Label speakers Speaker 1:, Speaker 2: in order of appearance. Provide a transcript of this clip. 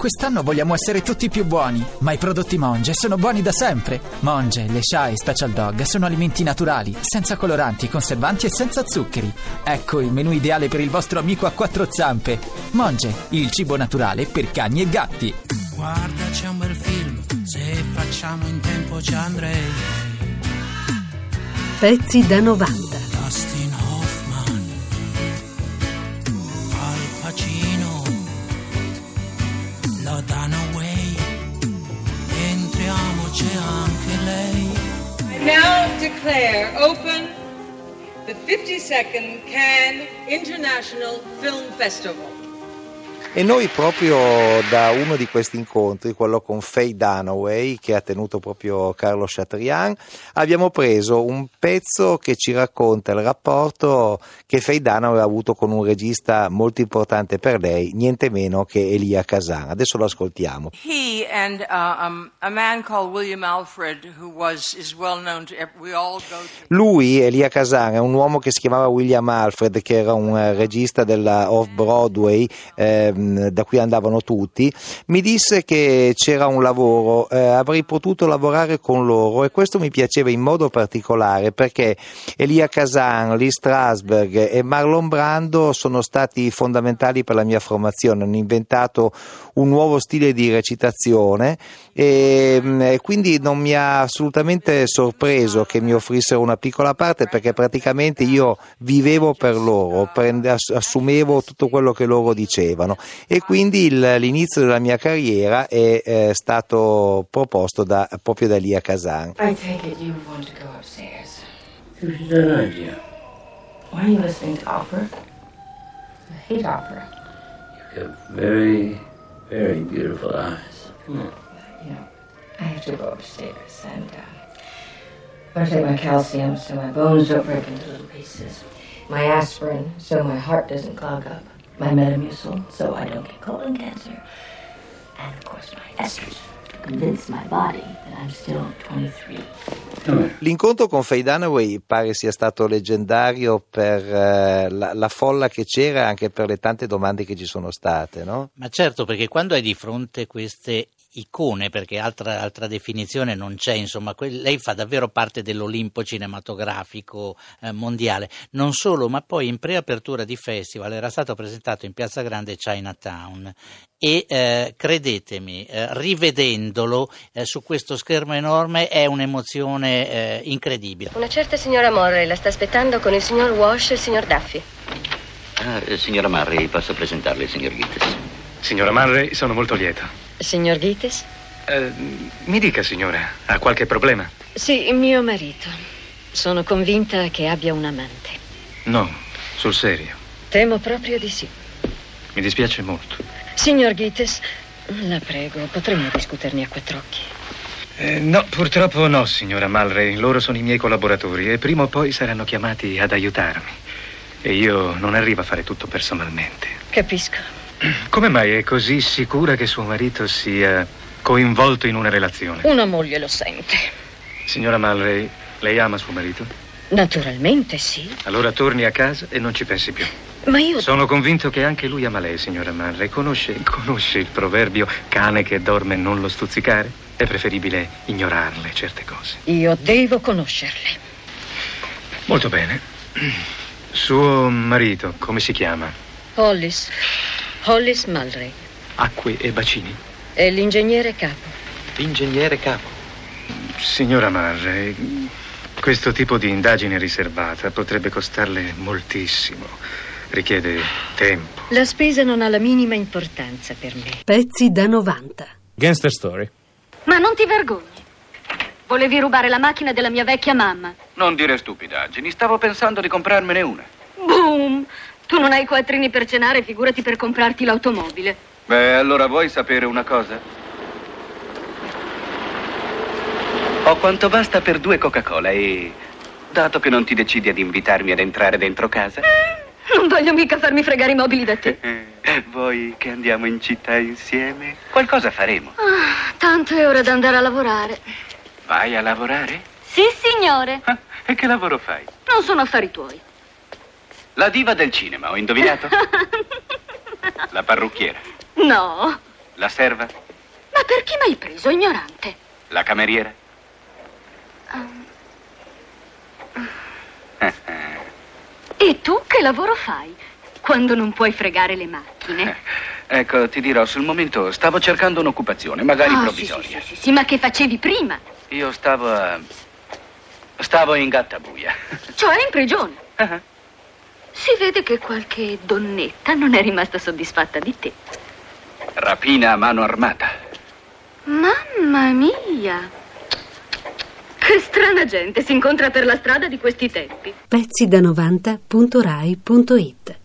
Speaker 1: Quest'anno vogliamo essere tutti più buoni, ma i prodotti Monge sono buoni da sempre. Monge, le scià e Special Dog sono alimenti naturali, senza coloranti, conservanti e senza zuccheri. Ecco il menù ideale per il vostro amico a quattro zampe. Monge, il cibo naturale per cani e gatti.
Speaker 2: Guarda, c'è un bel film, se facciamo in tempo ci andrei.
Speaker 3: Pezzi da 90.
Speaker 2: Dustin Hoffman, Al Pacino, la Dunaway, entriamoci anche lei.
Speaker 4: I now declare open the 52nd Cannes International Film Festival.
Speaker 5: E noi proprio da uno di questi incontri, quello con Faye Dunaway, che ha tenuto proprio Carlo Chatrian, abbiamo preso un pezzo che ci racconta il rapporto che Faye Dunaway ha avuto con un regista molto importante per lei, niente meno che Elia Kazan. Adesso lo ascoltiamo.
Speaker 6: He and uh, um, a man called William Alfred, who was is well known to ev- we all go to.
Speaker 5: Lui, Elia Kazan, è un uomo che si chiamava William Alfred, che era un eh, regista della Off-Broadway, ehm, da cui andavano tutti. Mi disse che c'era un lavoro, eh, avrei potuto lavorare con loro e questo mi piaceva in modo particolare perché Elia Kazan, Lee Strasberg e Marlon Brando sono stati fondamentali per la mia formazione, hanno inventato un nuovo stile di recitazione e, mm, e quindi non mi ha assolutamente sorpreso che mi offrissero una piccola parte perché praticamente io vivevo per loro, prende- ass- assumevo tutto quello che loro dicevano e quindi il- l'inizio della mia carriera è eh, stato proposto da- proprio da Elia Kazan.
Speaker 7: I take it you want to go upstairs.
Speaker 8: It's an idea.
Speaker 7: Why are you listening to opera? I hate opera.
Speaker 8: You have very, very beautiful eyes. Come on.
Speaker 7: You know, I have to go upstairs and uh, I take my calcium so my bones don't break into little pieces. My aspirin so my heart doesn't clog up. My Metamucil so I don't get colon cancer. And of course my estrogen to convince my body that I'm still 23.
Speaker 8: Come here.
Speaker 5: L'incontro con Faye Dunaway pare sia stato leggendario per eh, la, la folla che c'era e anche per le tante domande che ci sono state, no?
Speaker 9: Ma certo, perché quando hai di fronte queste icone, perché altra, altra definizione non c'è, insomma, que- lei fa davvero parte dell'Olimpo cinematografico eh, mondiale. Non solo, ma poi in preapertura di festival era stato presentato in Piazza Grande Chinatown e eh, credetemi, eh, rivedendolo eh, su questo schermo enorme è un'emozione eh, incredibile.
Speaker 10: Una certa signora Morley la sta aspettando con il signor Walsh e il signor Duffy.
Speaker 11: Ah, eh, signora Murray, posso presentarle il signor Gittes.
Speaker 12: Signora Murray, sono molto lieto.
Speaker 10: Signor Gites?
Speaker 12: Eh, mi dica, signora, ha qualche problema?
Speaker 10: Sì, mio marito. Sono convinta che abbia un amante.
Speaker 12: No, sul serio.
Speaker 10: Temo proprio di sì.
Speaker 12: Mi dispiace molto.
Speaker 10: Signor Gites, la prego, potremmo discuterne a quattro occhi.
Speaker 12: Eh, no, purtroppo no, signora Murray. Loro sono i miei collaboratori e prima o poi saranno chiamati ad aiutarmi. E io non arrivo a fare tutto personalmente.
Speaker 10: Capisco.
Speaker 12: Come mai è così sicura che suo marito sia coinvolto in una relazione?
Speaker 10: Una moglie lo sente.
Speaker 12: Signora Murray, lei ama suo marito?
Speaker 10: Naturalmente sì,
Speaker 12: Allora torni a casa e non ci pensi più.
Speaker 10: ma io...
Speaker 12: Sono convinto che anche lui ama lei, signora Murray. Conosce, conosce il proverbio cane che dorme non lo stuzzicare? È preferibile ignorarle certe cose.
Speaker 10: Io devo conoscerle.
Speaker 12: Molto bene. Suo marito, come si chiama?
Speaker 10: Hollis. Hollis Mulray.
Speaker 12: Acque e Bacini?
Speaker 10: È l'ingegnere capo.
Speaker 12: L'ingegnere capo. Signora Murray, questo tipo di indagine riservata potrebbe costarle moltissimo. Richiede tempo.
Speaker 10: La spesa non ha la minima importanza per me.
Speaker 3: Pezzi da 90.
Speaker 13: Gangster Story.
Speaker 14: Ma non ti vergogni. Volevi rubare la macchina della mia vecchia mamma.
Speaker 11: Non dire stupidaggini, stavo pensando di comprarmene una.
Speaker 14: Boom! Tu non hai i quattrini per cenare, figurati per comprarti l'automobile.
Speaker 11: Beh, allora vuoi sapere una cosa? Ho quanto basta per due Coca-Cola e. Dato che non ti decidi ad invitarmi ad entrare dentro casa,
Speaker 14: Non voglio mica farmi fregare i mobili da te.
Speaker 11: eh, vuoi che andiamo in città insieme? Qualcosa faremo.
Speaker 14: Ah, tanto è ora di andare a lavorare.
Speaker 11: Vai a lavorare?
Speaker 14: Sì, signore.
Speaker 11: Ah, e che lavoro fai?
Speaker 14: Non sono affari tuoi.
Speaker 11: La diva del cinema, ho indovinato? La parrucchiera.
Speaker 14: No.
Speaker 12: La serva?
Speaker 14: Ma per chi m'hai preso, ignorante?
Speaker 12: La cameriera?
Speaker 14: Ehm, E tu che lavoro fai quando non puoi fregare le macchine?
Speaker 12: Ecco, ti dirò, sul momento stavo cercando un'occupazione, magari
Speaker 14: Ah, sì,
Speaker 12: provvisoria.
Speaker 14: Sì, sì, ma che facevi prima?
Speaker 12: Io stavo. eh, stavo in gattabuia.
Speaker 14: Cioè in prigione. Si vede che qualche donnetta non è rimasta soddisfatta di te.
Speaker 12: Rapina a mano armata.
Speaker 14: Mamma mia! Che strana gente si incontra per la strada di questi tempi.
Speaker 15: Pezzi da 90.rai.it